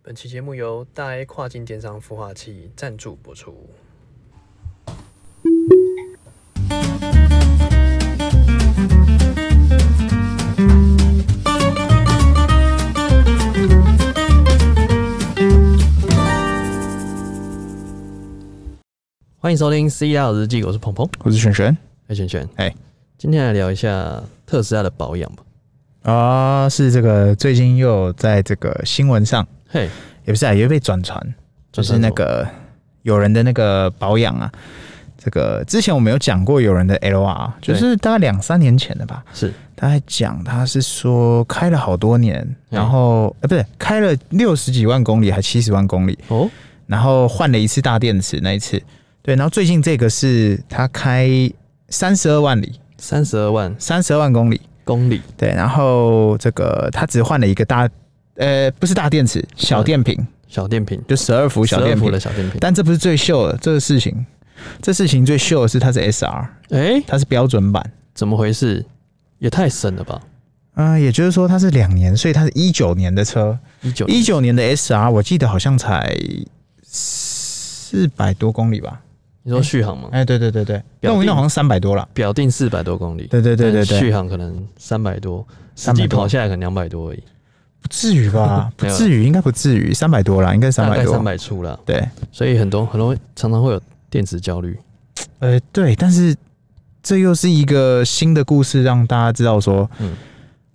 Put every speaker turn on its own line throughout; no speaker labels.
本期节目由大 A 跨境电商孵化器赞助播出。欢迎收听《C R 日记》，我是鹏鹏，
我是璇璇
哎，璇璇，
哎，
今天来聊一下特斯拉的保养吧。
啊，是这个最近又有在这个新闻上，
嘿，
也不是啊，也被转传，就
转
是
传
那
什么
个有人的那个保养啊，这个之前我们有讲过有人的 LR，
对
就是大概两三年前的吧，
是
他还讲他是说开了好多年，
嗯
然后呃不是开了六十几万公里还七十万公里，
哦，
然后换了一次大电池那一次，对，然后最近这个是他开三十二万里，
三十二万
三十二万公里。
公里，
对，然后这个它只换了一个大，呃，不是大电池，小电瓶，
小电瓶，
就十二伏小电
12伏
瓶
的。小电瓶。
但这不是最秀的这个事情，这事情最秀的是它是 SR，
哎、
它是标准版。
怎么回事？也太省了吧！
嗯、也就是说它是两年，所以它是一九年的车，
一九
一九年的 SR，我记得好像才四百多公里吧？
你说续航吗？
哎，对对对对，
表
那我
定
那好像三百多了。
表定四百多公里，
对对对对
但
对，
续航可能三百多，实
300
际
多
跑下来可能两百多而已，
不至于吧？不
没有
至于，应该不至于，三百多啦，应该三
大
百
概三
多。
百出啦。
对，
所以很多很多常常会有电池焦虑。
呃，对，但是这又是一个新的故事，让大家知道说，
嗯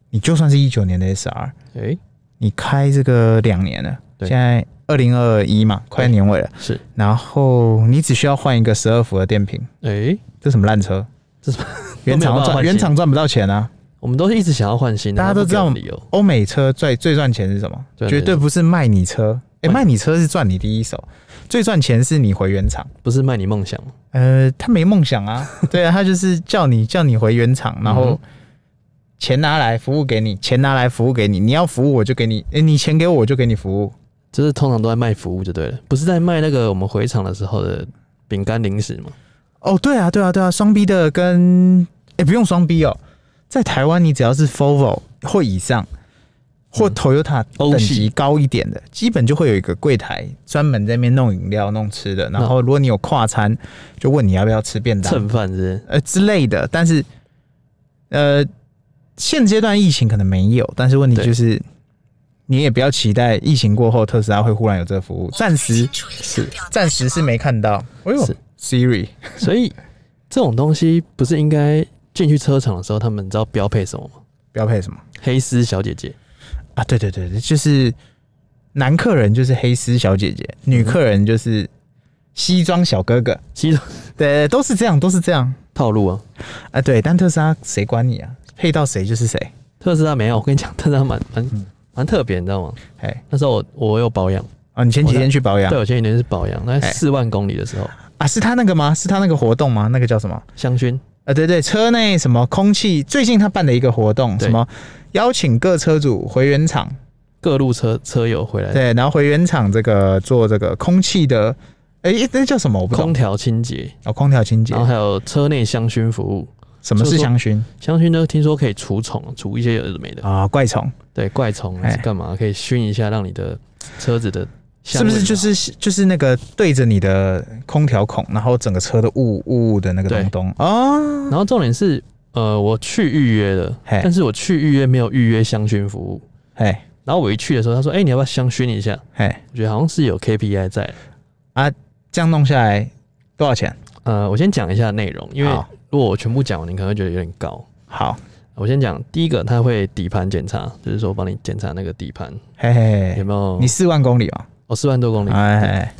你就算是一九年的 SR，
哎、
你开这个两年了，
对
现在二零二一嘛，快年尾了，
是
然后你只需要换一个十二伏的电瓶，
哎、
这什么烂车？
这是
原
都没有办
厂
法
赚
换新
原厂赚不到钱啊！
我们都是一直想要换新的，
大家都
不给我们
知
理由。
欧美车最最赚钱是什么？
赚钱
绝对不是卖你车，诶，
换
卖你车是赚你第一手，最赚钱是你回原厂。
不是卖你梦想吗？
呃，他没梦想 啊，对啊，他就是叫你叫你回原厂，然
嗯
后钱拿来服务给你，钱拿来服务给你，你要服务我就给你，诶你钱给我我就给你服务，
就是通常都在卖服务就对了，不是在卖那个我们回厂的时候的饼干零食嘛？
哦，对啊，对啊，对啊，双 B 的跟哎、不用双 B 哦，在台湾你只要是 Volvo 或以上或 Toyota
欧
等
系
级高一点的，基本就会有一个柜台专门在那边弄饮料、弄吃的，然后如果你有跨餐，就问你要不要吃便当，
蹭饭是不是？
呃之类的，但是呃，现阶段疫情可能没有，但是问题
对
就是你也不要期待疫情过后特斯拉会忽然有这个服务，暂时是暂时是没看到。哎呦
是
，Siri，
所以这种东西不是应该进去车厂的时候，他们你知道标配什么吗？
标配什么
黑丝小姐姐，
啊？对对对，就是男客人就是黑丝小姐姐，女客人就是西装小哥哥，
其实
对，都是这样，都是这样
套路啊。
啊。对，但特斯拉谁管你啊？配到谁就是谁，
特斯拉没有，我跟你讲，特斯拉蛮
嗯
蛮蛮特别，你知道吗？
哎。
那时候我我有保养，
啊，你前几天去保养
对，我前几年是保养，那
哎
四万公里的时候，
啊？是他那个吗？是他那个活动吗？那个叫什么？
香薰
呃，对对，车内什么空气，最近他办的一个活动，
对
什么邀请各车主回原厂，
各路车车友回来，
对，然后回原厂这个做这个空气的，哎，那叫什么？我不懂
空。调清洁，
哦，空调清洁
然，后还有车内香薰服务，
什么
就是是说
香薰
香薰呢听说可以除虫，除一些有的没的，
啊？怪虫
对，怪虫还是
哎
干嘛，可以熏一下，让你的车子的
是
香
不
味
是就是就是那个对着你的空调孔，然后整个车都雾雾雾的那个
对
东东哦，
然后重点是，呃，我去预约了，
嘿
但是我去预约没有预约香薰服务。
嘿
然后我一去的时候，他说：“哎、你要不要香薰一下
嘿，？”
我觉得好像是有 KPI 在。
这样弄下来多少钱？
呃，我先讲一下内容，因为
好
如果我全部讲完，你可能会觉得有点高。
好，
我先讲第一个，他会底盘检查，就是说帮你检查那个底盘
嘿嘿
有
嘿，
没有
哎你四万公里哦，
哦四万多公里，
哎哎，哎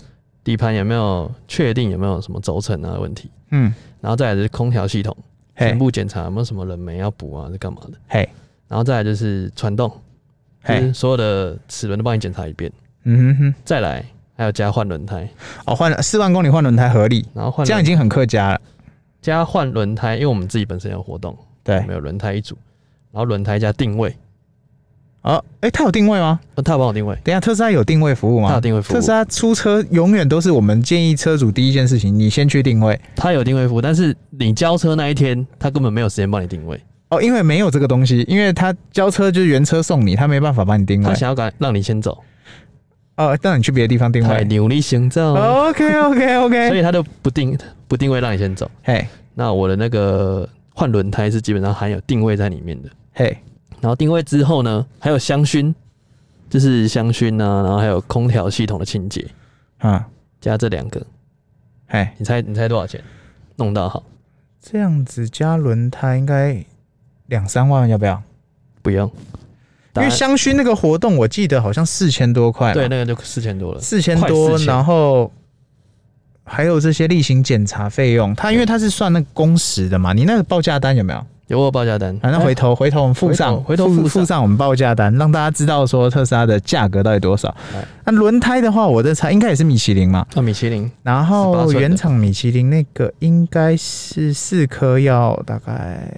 底盘有没有确定有没有什么轴承啊的问题，
嗯，
然后再来就是空调系统全
嘿
部检查有没有什么冷媒要补啊，是干嘛的，
嘿
然后再来就是传动，就
嘿
是，所有的齿轮都帮你检查一遍。
嗯哼哼。
再来还有加换轮胎，
哦，换了四万公里换轮胎合理，
然后换
这样已
轮
经很客家了。
加换轮胎，因为我们自己本身有活动，
对
我们有轮胎一组，然后轮胎加定位，
哦，哎、它有定位吗？
呃他有帮我定位，
等一下，特斯拉有定位服务
他有
吗？
定位服务
特，斯拉出车永远都是我们建议车主第一件事情，你先去定位
他有定位服务，但是你交车那一天，他根本没有时间帮你定位，
哦，因为没有这个东西，因为他交车就是原车送你，他没办法帮你定位
他。想要赶让你先走，
哦，那你去别的地方定
太
位。
努力行走，
OK OK
所
OK，
以它就不定不定位让你先走。
嘿
那我的那个换轮胎是基本上含有定位在里面的。
嘿，
然后定位之后呢，还有香薰，就是香薰啊，然后还有空调系统的清洁，
啊
加这两个，
嘿，
你猜你猜多少钱？弄到好
这样子加轮胎应该两三万，要不要？
不用，
因为香薰那个活动，我记得好像四千多块嘛，
对那个就四千多了，
四千
快
多，
4000
然后还有这些例行检查费用，它因为它是算那个工时的嘛，你那个报价单有没有？
有我有报价单，哎
反正啊回头哎回头我们附上，
回头回头附
附
上
附上我们报价单，让大家知道说特斯拉的价格到底多少
哎。
那轮胎的话，我在猜应该也是米其林嘛，
啊米其林
然
18
后
寸的
原厂米其林那个应该是四颗要大概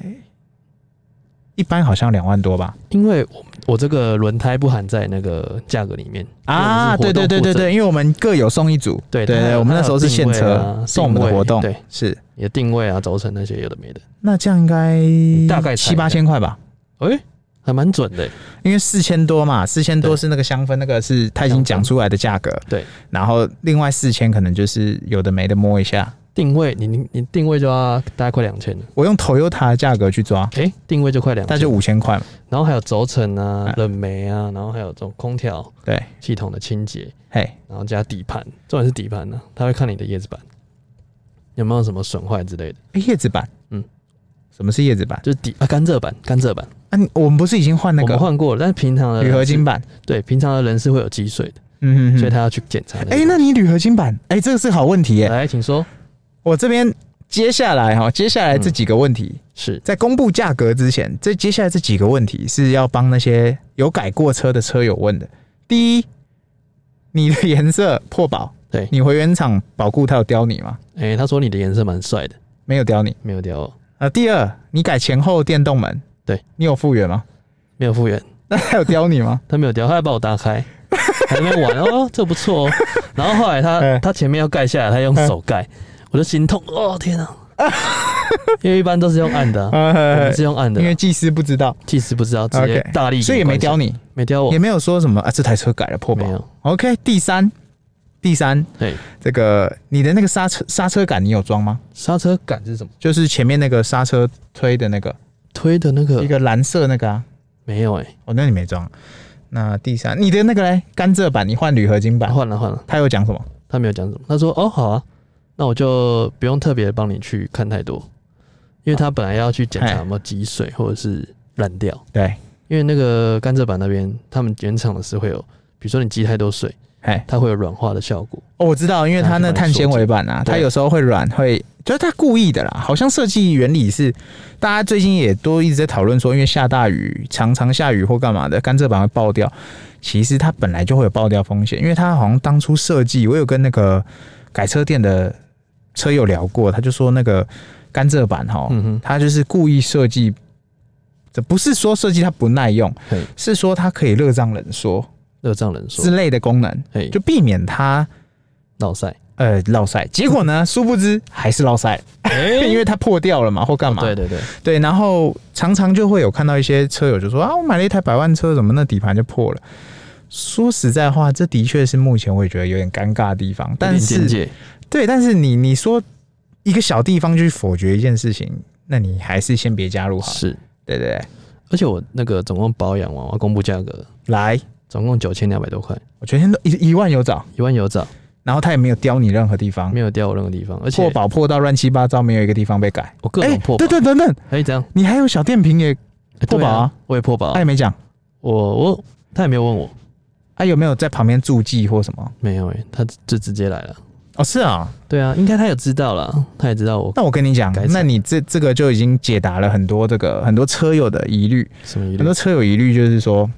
一般好像两万多吧。
因为我我这个轮胎不含在那个价格里面
啊，对对对对对，，因为我们各有送一组，
对
对
它还
对，
有
我们那时候是现
它还有定位
车
啊
送我们的活动，
定位对
是。
你的定位啊、轴承那些有的没的，
那这样应该
大概猜
嗯七
一下
八千块吧，
哎、还蛮准的、
因为四千多嘛，四千多
对
是那个香氛，那个是他已经讲出来的价格，
对，
然后另外四千可能就是有的没的摸一下，
定位你你你定位就要大概快两千了，
我用 Toyota 的价格去抓，
哎、定位就快两千，
那就五千块嘛，
然后还有轴承啊
哎、
冷媒啊，然后还有这种空调
对，
系统的清洁，
嘿，
然后加底盘，重点是底盘呢、它会看你的叶子板有没有什么损坏之类的，
诶叶子板，嗯
嗯，
什么是叶子板？
就是底啊干热板、干热板，
啊，你我们不是已经换那
我们
个
换过了，但是平常的
铝合金
板，
板？
对，平常的人是会有积水的，
嗯嗯
所以
嗯，
他要去检查个。
哎，那你铝合金板，哎，这个是好问题耶，
来，请说，
我这边接下来哈，接下来这几个问题，
是
在公布价格之前，这接下来这几个问题是要帮那些有改过车的车友问的。第一，你的颜色破保，
对，
你回原厂保固，他有刁你吗？
哎、他说你的颜色蛮帅的，
没有刁你。
没有掉、哦，
啊，第二，你改前后电动门，
对
你有复原吗？
没有复原，
那他有刁你 吗？
他没有掉，他还把我打 开，还在那边玩哦，这不错哦。然后后来 他
哎
他前面要盖下来，他用手盖，
嗯
我就心痛，哦天 啊！因为一般都是用按的、啊，我
呃
们，是用按的
因
啊，
为技师不知道，
技师不知道，直接
OK
大力，
所以也没刁，你，
没刁我
也，没有说什么啊，这台车改了破
没
保。
有，
OK，第三，第三，
哎，
这个你的那个刹车刹车杆你有装吗？
刹车杆是什么？
就是前面那个刹车推的那个，
推的那个
一个蓝色那个啊。
没有哎、
哦，那你没装。那第三，你的那个嘞，甘蔗版你换铝合金
啊
版，
换了换了，
他有讲什么？
他没有讲什么，他说哦好啊，那我就不用特别帮你去看太多，因为他本来要去检
哎
查有没有积水或者是烂掉，
对，
因为那个甘蔗板那边他们原厂的是会有，比如说你积太多水，
哎，
它会有软化的效果，
哦，我知道，因为它那碳纤维板啊，
对
它有时候会软，会就是它故意的啦。好像设计原理是，大家最近也都一直在讨论说，因为下大雨，常常下雨或干嘛的，甘蔗板会爆掉。其实它本来就会有爆掉风险，因为它好像当初设计，我有跟那个改车店的车友聊过，他就说那个甘蔗板哈，
嗯哼，
它就是故意设计，这不是说设计它不耐用
嘿，
是说它可以热胀冷缩
热胀冷缩
之，类的功能，
哎，
就避免它
闹塞，
呃落塞。结果 呢，殊不知还是落塞，因为它破掉了嘛，或干嘛？
哦对对对，
对然后常常就会有看到一些车友就说啊，我买了一台百万车，怎么那底盘就破了？说实在话，这的确是目前我也觉得有点尴尬的地方，但
有点
是
边界
对，但是你你说一个小地方去否决一件事情，那你还是先别加入好了。
是，
对对对。
而且我那个总共保养完，我要公布价格，
来，
总共九千两百多块，
我全天都一一万有找，
一万有找，
然后他也没有刁你任何地方，
没有掉我任何地方，而
破
且
保破到乱七八糟，没有一个地方被哎改。
我各种破保
等，等等等，
哎、这样、
你还有小电瓶也，
哎
破保
对
啊
啊，我也破保啊、
他也没讲，
我我他也没有问我，
他哎有没有在旁边注记或什么？
没有哎、他就直接来了，
哦，是啊，
对啊，应该他有知道啦，他也知道我
那我跟你讲
改，成
那你这这个就已经解答了很多这个很多车友的疑虑，
什么疑
很
虑
多，车友疑虑就是说。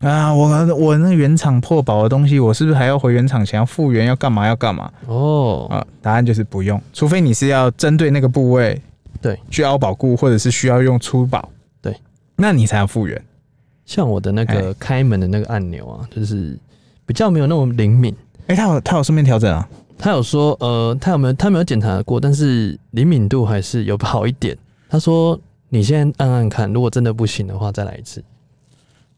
啊，我我那原厂破保的东西，我是不是还要回原厂前要复原，要干嘛要干嘛
哦，
啊？答案就是不用，除非你是要针对那个部位
对，
需要保固，或者是需要用粗保，
对，
那你才要复原。
像我的那个
哎
开门的那个按钮啊，就是比较没有那么灵敏。
哎、他有他有顺便调整啊，
他有说，呃，他有没有他没有检查过，但是灵敏度还是有好一点。他说你先按按看，如果真的不行的话再来一次。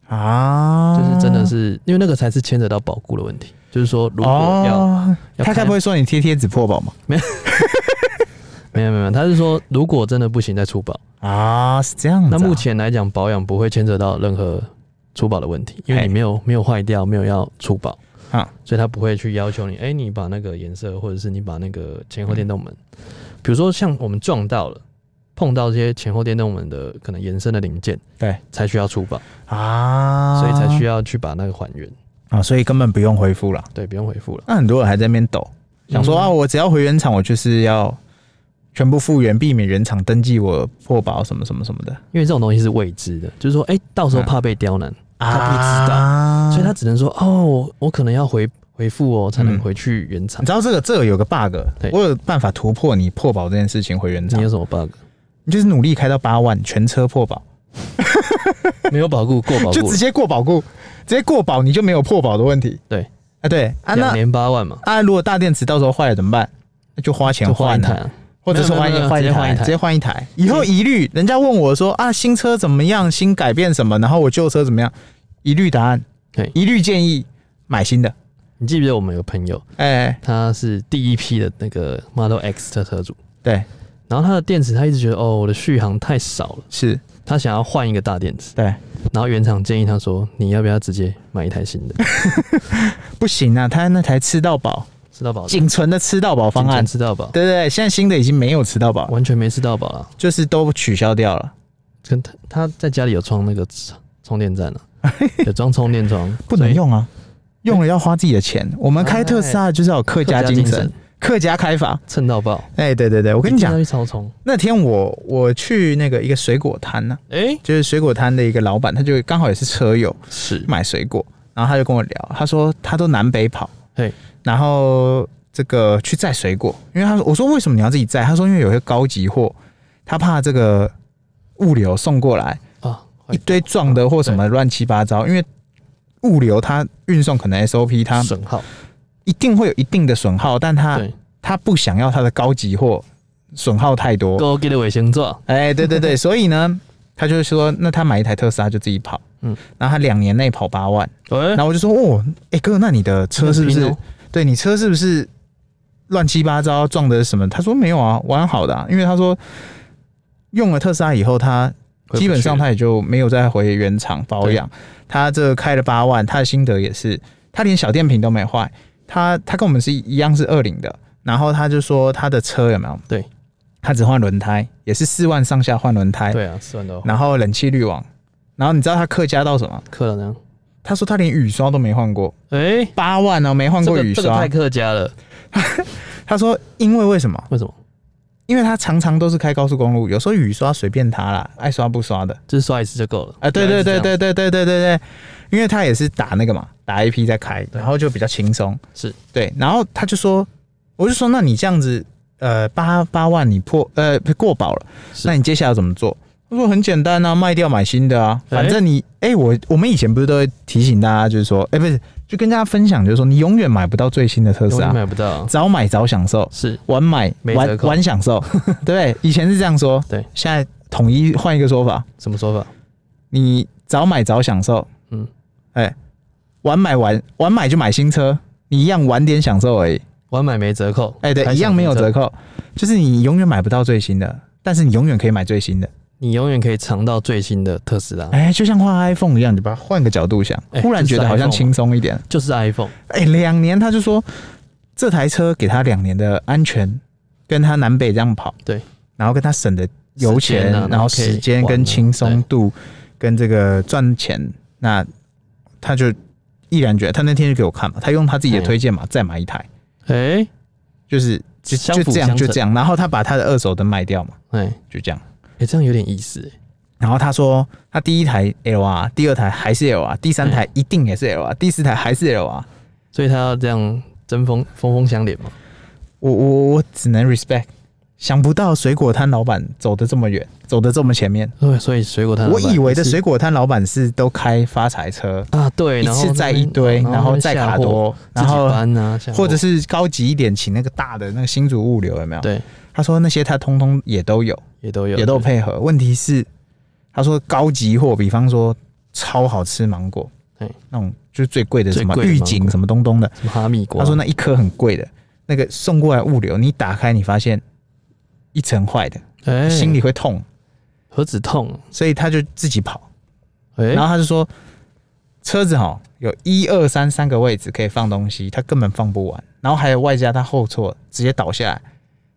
啊，
就是真的是因为那个才是牵扯到保固的问题，就是说如果要、
哦，
要
他
看
该不会说你贴贴纸破保吗？
没有没有没有，他是说如果真的不行再出保。
啊，是这样子啊、
那目前来讲，保养不会牵扯到任何出保的问题，因为
嘿
你没有没有坏掉，没有要出保，
啊，
所以他不会去要求你，哎、你把那个颜色或者是你把那个前后电动门，
嗯
比如说像我们撞到了，碰到这些前后电动门的可能延伸的零件，
对，
才需要出保，
啊，
所以才需
要
要去把那个还原，
啊，所以根本不用恢复了。
对，不用回复了。
那很多人还在那边抖，想说、
嗯
啊，我只要回原厂，我就是要全部复原，避免原厂登记我破保什么什么什么的。
因为这种东西是未知的，就是说，哎、到时候怕被刁难，
啊
他不知道
道
所以他只能说，哦，我我可能要回回复哦，才能
嗯
回去原厂
你。知道这个这个有个 bug，
对
我有办法突破你破保这件事情回原厂
你有，什么 bug？
你就是努力开到八万，全车破保，
没有保固过保
就
固
直，接过保固，直接过保，你就没有破保的问题。
对
啊，对啊，
两
那
年八万嘛。
啊，如果大电池到时候坏了怎么办？那就花钱
就换
换
一
啊
台、啊，
或者是换
没有
一
没有直接
换一
换一
台，
台
直接换一台。以后一律人家问我说啊，新车怎么样？新改变什么？然后我旧车怎么样？一律答案
对，
一律建议买新的。
你记不记得我们有朋友，
哎，
他是第一批的那个 Model X 的车主，
对，
然后他的电池他一直觉得哦我的续航太少了，
是，
他想要换一个大电池，
对，
然后原厂建议他说你要不要直接买一台新的，
不行啊，他那台吃到饱，
吃到饱，
仅存的吃到饱方案，
吃到饱，
对对对，现在新的已经没有吃到饱，
完全没吃到饱了，
就是都取消掉了，
跟他他在家里有装那个充充电站啊， 有装充电桩，
不能
所以
用啊，用了要花自己的钱。我们开特斯拉就是要有客家精神，，客家开法。
蹭到爆，
哎，对对对，我
我
跟你讲
要，去超充，
那天我我去那个一个水果摊呢、
哎、
就是水果摊的一个老板，他就刚好也是车友，
是，
买水果，然后他就跟我聊，他说他都南北跑，
嘿，
然后这个去载水果，因为他说我说为什么你要自己载？他说因为有些高级货，他怕这个物流送过来
啊，
一堆撞的或什么乱七八糟，因为物流它运送可能 SOP 它
损耗，
一定会有一定的损耗，但他
对
他不想要他的高级货损耗太多，
，Go get 尾行座，
哎，对对对， 所以呢，他就是说，那他买一台特斯拉就自己跑，嗯
嗯，
然后他两年内跑八万，
喂、
然后我就说，哦，哎、哥，那你的车是不
很
是
拼哦？
对你车是不是乱七八糟撞的什么？他说没有啊，完好的、啊，因为他说用了特斯拉以后，他
回不去
基本上他也就没有再回原厂保养。他这开了八万，他的心得也是，他连小电瓶都没坏。他他跟我们是一样是二零的，然后他就说他的车有没有？
对，
他只换轮胎，也是四万上下换轮胎，
对啊，四万多，
然后冷气滤网，然后你知道他客家到什么？
可能。
他说他连雨刷都没换过，
哎、
八万哦，没换
这
过
个
雨
这个
刷。
太客家了，
他说因为为什么？
为什么？
因为他常常都是开高速公路，有时候雨刷随便他啦，爱刷不刷的。
就是刷一次就够了
啊，对对对，
原来
对对对对对对，因为他也是打那个嘛，打 AP 在开，然后就比较轻松。
是
对，然后他就说，我就说，那你这样子，呃，八八万你破呃过保了，
是
那你接下来怎么做？他说很简单啊，卖掉买新的啊，
哎
反正你哎、我我们以前不是都会提醒大家，就是说，哎、不是，就跟大家分享，就是说，你永远买不到最新的特
是
斯
这样永远
拉，
买不到啊、
早买早享受，
是
晚买
没折
晚
扣
晚享 受，对不对？以前是这样说，
对，
现在统一换一个说法，
什么说法？
你早买早享受，
嗯，
哎、晚买晚晚买就买新车，你一样晚点享受而已，
晚买没折扣，
哎、
还
对，
想
一样没有折
折，
扣，就是你永远买不到最新的，但是你永远可以买最新的，
你永远可以尝到最新的特斯拉，
哎、就像换 iPhone 一样，你把它换个角度想，
嗯哎
忽然觉得好像轻松一点，
就是 iPhone，
哎、两年他就说这台车给他两年的安全，跟他南北这样跑，
对，
然后跟他省的油
时
钱，
间啊
然后
然后可以
时间
玩
跟
啊
轻松度，跟这个赚钱，那他就毅然决然，他那天就给我看嘛，他用他自己的
嗯
推荐码再买一台，
哎、
就是就
相
就
辅
这样
相
就
成
这样，然后他把他的二手灯卖掉嘛，
哎、
就这样。
哎、这样有点意思、哎
然后他说，他第一台 L R，第二台还是 L R，第三台一定也是 L R，第四台还是 L R。
所以他要这样针锋锋锋相连嘛，
我我我只能 respect，想不到水果摊老板走得这么远，走得这么前面。
对，哦所以水果摊老
我
板
以为的
嗯是
水果摊老板是都开发财车，
啊，对，
一
然后
次载
那
一
边
堆，然后载卡，多，
那
然
边下货自
后
己搬啊，下货
或者是高级一点，请那个大的那个新竹物流有没有？
对，
他说那些他通通也都有，
也都有，
也都有配合。问题是，他说高级货，比方说超好吃芒果
嘿，
那种就是最贵的什么
最贵的芒
玉
果
井什么东东的，
什么哈密瓜？啊
他说那一颗很贵的，那个送过来物流，你打开你发现一层坏的，
哎，
心里会痛，
何止痛？
所以他就自己跑，
哎
然，后他就说车子哈有一二三三个位置可以放东西，他根本放不完，然后还有外加他后座直接倒下来，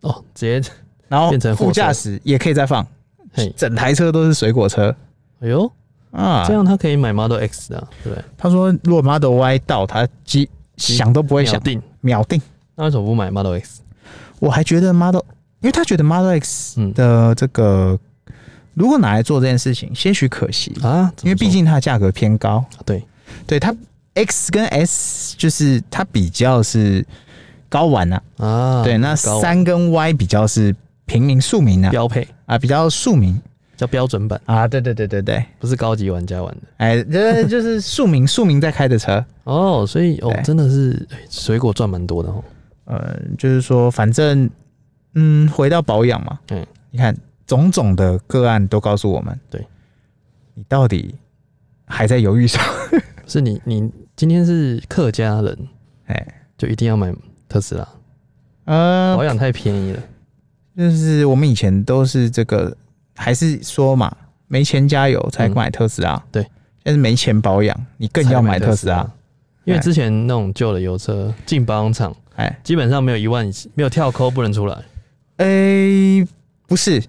哦，直接，
然后
变成货
副
车
驾驶也可以再放，
嘿，
整台车都是水果车
哎呦，
啊
这。样他可以买 Model X 的啊，对不对？
他说如果 Model Y 到，他机想都不会
秒
想，
定。
秒定。
那为什么不买 Model X？
我还觉得 Model，因为他觉得 Model X
嗯
的这个、如果拿来做这件事情，些许可惜，
啊，怎么
因为毕
说
竟它的价格偏高。
对
对它 X 跟 S 就是它比较是高玩啊，
啊，
对，那
高
三跟 Y 比较是平民庶民啊，
标配
啊比较庶民
叫标准版，
啊，对对对对对，
不是高级玩家玩的
哎，这就是庶民庶民在开的车。
哦。所以哦
对，
真的是哎水果赚蛮多的哦。
呃，就是说，反正，嗯，回到保养嘛，
嗯，
你看种种的个案都告诉我们，
对，
你到底还在犹豫什么？
是你你今天是客家人，
哎，
就一定要买特斯拉，保
呃，
养太便宜了。
就是我们以前都是这个，还是说嘛，没钱加油才
嗯
买特斯拉，
对，
但是没钱保养，你更要买特斯拉，，
因为之前那种旧的油车进保养厂，
哎，
基本上没有一万以，没有跳抠不能出来。
哎、不是。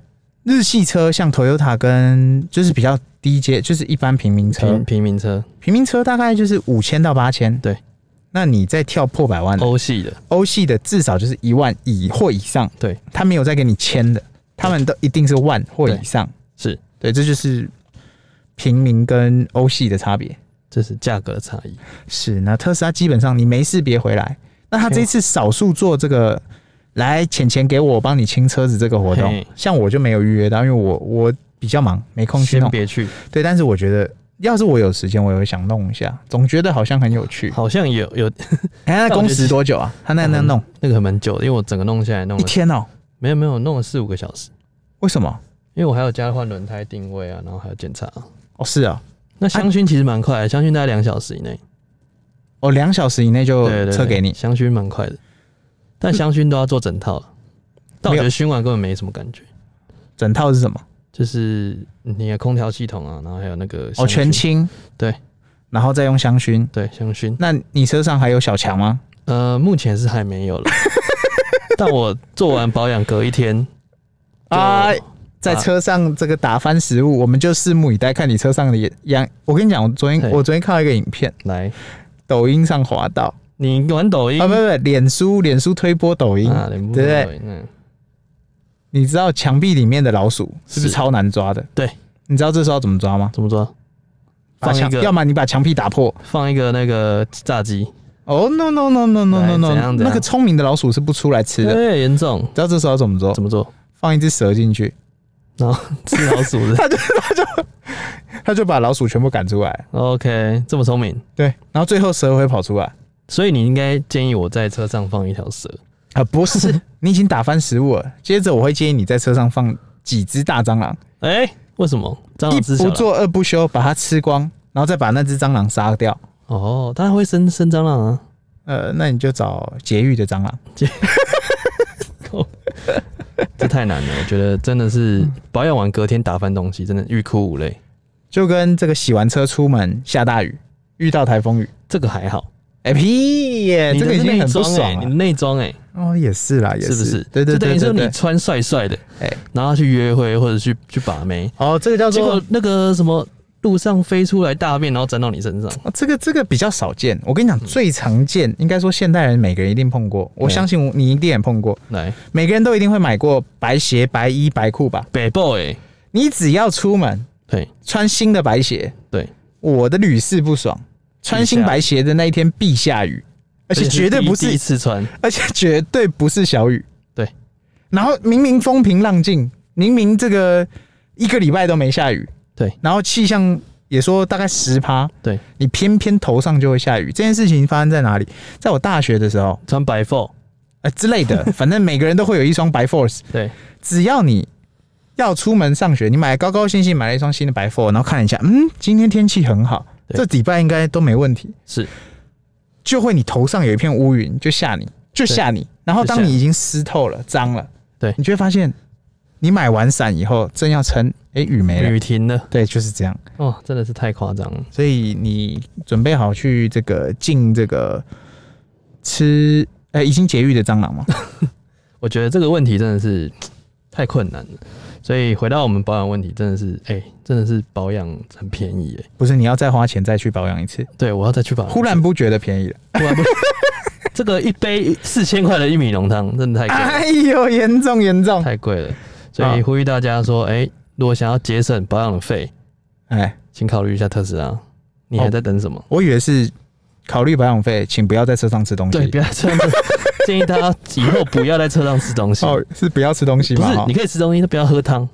日系车像 Toyota 跟就是比较低阶，就是一般平民车，
平平民车，
平民车大概就是五千到八千，
对。
那你再跳破百万的
欧系的，
欧系的，至少就是一万以或以上，
对，
他没有再给你签的，他们都一定是万或以上，
是
对，这就是平民跟欧系的差别。
这是价格的差异。
是，那特斯拉基本上你没事别回来。那他这次少数做这个来钱钱给我帮你清车子这个活动
嘿，
像我就没有预约到，因为我我比较忙，没空去
先
弄。
别去，
对，但是我觉得要是我有时间，我也会想弄一下，总觉得好像很有趣。
好像有有
哎、
但
那
我
工
觉得
时
其
多久啊？他那那
嗯
弄
那个还蛮久的，因为我整个弄下来弄
一
了，
天哦？
没有没有弄了四五个小时，
为什么？
因为我还有加换轮胎定位啊，然后还有检查。
哦，是啊、
那香薰其实蛮快的，香薰大概两小时以内，
哦，哦，两小时以内就
对对对
车给你。
香薰蛮快的，但香薰都要做整套 了，但我觉
没
得熏完根本没什么感觉，
整套是什么？
就是你的空调系统啊，然后还有那个香
哦，
薰
全清。
对，
然后再用香薰。
对香薰，
那你车上还有小强吗？
呃，目前是还没有 了，但我做完保养隔一天就
啊，在
啊
车上这个打翻食物，我们就拭目以待，看你车上的样。我跟你讲，我昨天
嘿
我昨天看到一个影片，
来，
抖音上滑到啊，
你玩抖音
不不不，脸书脸书推播抖音，
啊，你不
对不对
抖音嗯
你知道墙壁里面的老鼠是不
是
是超难抓的？
对，
你知道这时候怎么抓吗？
怎么做？
把
放一
墙，
个
要么你把墙壁打破，
放一个那个炸鸡，
哦、no no no no no no
来
no，
怎样怎
那
样
个聪明的老鼠是不出来吃的。
对，哎严重，
你知道这时候要怎么做？
怎么 做？
放一只蛇进去，
然后吃老鼠的
它就把老鼠全部赶出来。
，OK，这么聪明，
对，然后最后蛇会跑出来
所以你应该建议我在车上放一条蛇，
啊？不是， 你已经打翻食物了。接着我会建议你在车上放几只大蟑螂，
哎、为什么？蟑
一
螂吃小
不
了
做二不休，把它吃光，然后再把那只蟑螂杀掉。
哦，它会生生蟑螂啊，
呃，那你就找节育的蟑螂。
这太难了，我觉得真的是
嗯
保养完隔天打翻东西，真的欲哭无泪。
就跟这个洗完车出门下大雨，遇到台风雨，
这个还好，
哎、屁耶，
你
这
的
个已
是
经
内
很不
装哎，
爽
你
了、
的内装哎，
哦，也是啦，也
是不是？
对对
就等
对
于
对
说你
对。
穿帅帅的，
哎
然后去约会或者去去把妹，
哦，这个叫
结
做
果那个什么路上飞出来大便，然后沾到你身上，
啊，这个这个比较少见。我跟你讲，最常见，应该说现代人每个人一定碰过，我
嗯
相信你一定也碰过，
来
每个人都一定会买过白鞋、白衣、白裤吧？
北
欸
boy，
你只要出门
对
穿新的白鞋，
对，
我的屡试不爽，穿新白鞋的那一天必下雨，而且绝对
第一
不
第一
是，
次穿，
而且绝对不是小雨。
对，
然后明明风平浪静，明明这个一个礼拜都没下雨，
对，
然后气象也说大概十趴，
对，
你偏偏头上就会下雨。这件事情发生在哪里？在我大学的时候，
穿白 f
呃之类的，反正每个人都会有一双白 force，
对，
只要你要出门上学，你买高高兴兴买了一双新的白 f 然后看一下，嗯，今天天气很好，
对
这礼拜应该都没问题，
是
就会你头上有一片乌云，就吓你，就吓你。然后当
就吓
你
你
已经湿透了、脏了，
对
你就会发现，你买完伞以后正要撑，哎、雨没了。
雨停了，
对，就是这样。
哦，真的是太夸张了。
所以你准备好去这个进这个吃，哎、已经节育的蟑 螂吗？
我觉得这个问题真的是太困难了。所以回到我们保养问题，真的是，哎、真的是保养很便宜、哎，
不是，你要再花钱再去保养一次，
对我要再去保养。
忽然不觉得便宜了。
忽 然不，这个一杯四千块的玉米浓汤真的太贵了，
哎呦，严重严重！
太贵了。所以
啊
呼吁大家说，哎、如果想要节省保养的费，
哎，
请考虑一下特斯拉。你还在等什么？
我以为是考虑保养费，请不要在车上吃东
对，
西
不。要这 样子。建议大家以后不要在车上吃东西，
哦，是不要吃东西
不
吗？
是
哦，
你可以吃东西，但不要喝汤。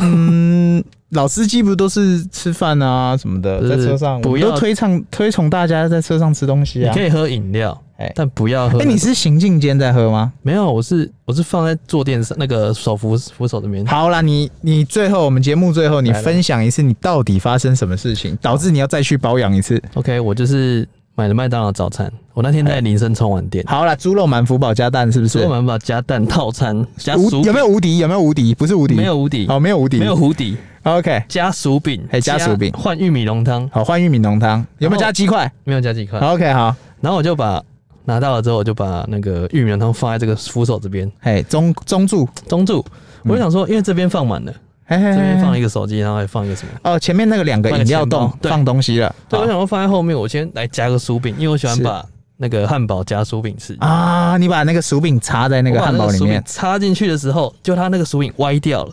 嗯，老司机不都是吃饭啊什么的，
不
在
是
车上，
不
我们都
要
推崇推崇大家在车上吃东西
你
啊
可。以喝饮料
哎，
但不要喝
哎、
那种。
你是行进间在喝吗？
没有？我是我是放在坐垫上那个手扶扶手那边。
好啦，你你最后我们节目最后你
来了
分享一次，你到底发生什么事情，导致你要再去保养一次？
OK，我就是买了麦当劳早餐。我那天在林森充完电，
好啦，猪肉满福宝加蛋是不是
所以？我们把加蛋套餐加薯
无有
饼
没有无敌？有没有无敌？不是无敌，
没有无底，
哦，没有无敌，
没有湖底，
OK。
加薯饼，
哎加薯饼
换玉米浓汤，
好，换玉米浓汤，有没
然
有
后
加鸡块
没有加几块。
？OK，好，
然后我就把拿到了之后，我就把那个玉米浓汤放在这个扶手这边
嘿，中中柱，
中柱。
嗯
我就想说，因为这边放满了，
嘿嘿
这边放了
嘿，
一个手机，然后还放一个什么？
哦，前面那个两个
放
饮
个
料
钱
洞
包对
放东西了，
对，我
好
想说放在后面，我先来加个薯饼，因为我喜欢
是
把那个汉堡加薯饼吃。
啊，你把那个薯饼插在那
我
个
把
汉堡里
薯饼
面，
插进去的时候，就它那个薯饼歪掉了，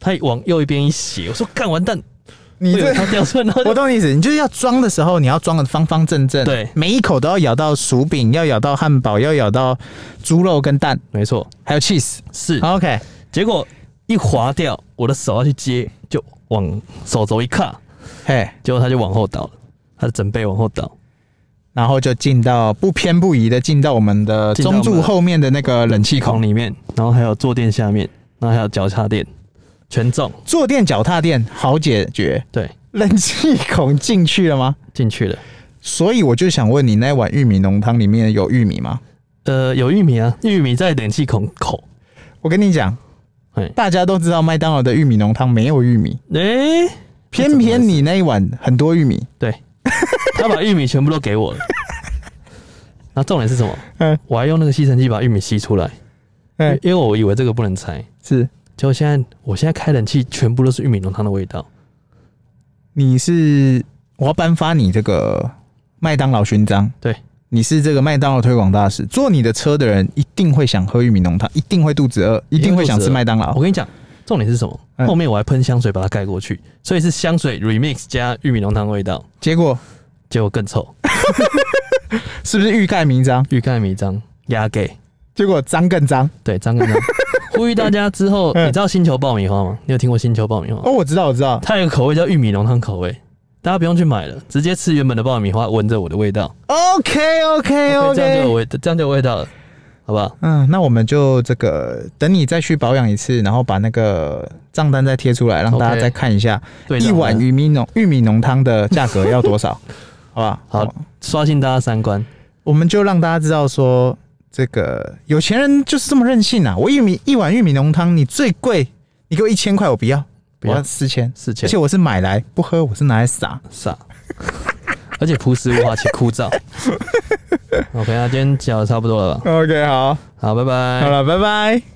它往右一边一斜，我说干完蛋，
你
会有
这
它掉出来，然后就
我懂你意思， 你就是要装的时候，你要装的方方正正，
对
每一口都要咬到薯饼，要咬到汉堡，要咬到猪肉跟蛋，
没错，
还有 cheese。
是。
OK，
结果一滑掉，我的手要去接，就往手肘一卡，
嘿，
结果它就往后倒了，它的整背往后倒，
然后就进到不偏不倚的进到我们的
进到我
中
们
柱后面的那个冷气
气孔
孔，
里面，然后还有坐垫下面，然后还有脚踏垫，全中，
坐垫脚踏垫好解决，
对，
冷气孔进去了吗？
进去了。
所以我就想问你，那碗玉米浓汤里面有玉米吗？
呃，有玉米啊，玉米在冷气孔口。
我跟你讲，
哎，
大家都知道麦当劳的玉米浓汤没有玉米，
诶，
偏偏你那一碗很多玉米。
对，他把玉米全部都给我 了。那重点是什么？
嗯
我还用那个吸尘器把玉米吸出来，因为
嗯，
因为我以为这个不能拆，
是，
结果现在我现在开冷气，全部都是玉米浓汤的味道。
你是我要颁发你这个麦当劳勋章，
对，
你是这个麦当劳推广大使，坐你的车的人一定会想喝玉米浓汤，一定会肚子饿，一定会想吃麦当
我
劳。
跟你讲，重点是什么？
嗯
后面我还喷香水把它盖过去，所以是香水 remix 加玉米浓汤味道，
结果
结果更臭，
是不是欲盖弥彰？
欲盖弥彰，压给。
结果脏更脏。
对，张 更张。呼吁大家之后，
嗯
你知道星球爆米花吗？你有听过星球爆米花吗？
哦，我知道，我知道。
它有个口味叫玉米浓汤口味，大家不用去买了，直接吃原本的爆米花，闻着我的味道
OK
对
OK
这样就有
OK。
味，这样就有味道了，好不好？
嗯，那我们就这个等你再去保养一次，然后把那个账单再贴出来，让大家
OK
再看一下
对，
一碗
鱼
玉米浓玉米浓汤的价格要多少，好吧？
好刷新大家三观，
我们就让大家知道说，这个有钱人就是这么任性啊！我玉米一碗玉米浓汤，你最贵，你给我一千块，我不要，
不要
我要四千，
四千
而且我是买来不喝，我是拿来撒。
傻，而且朴实无华且枯燥。OK，那今天讲的差不多了吧？
OK，好，
好，拜拜。
好了，拜拜。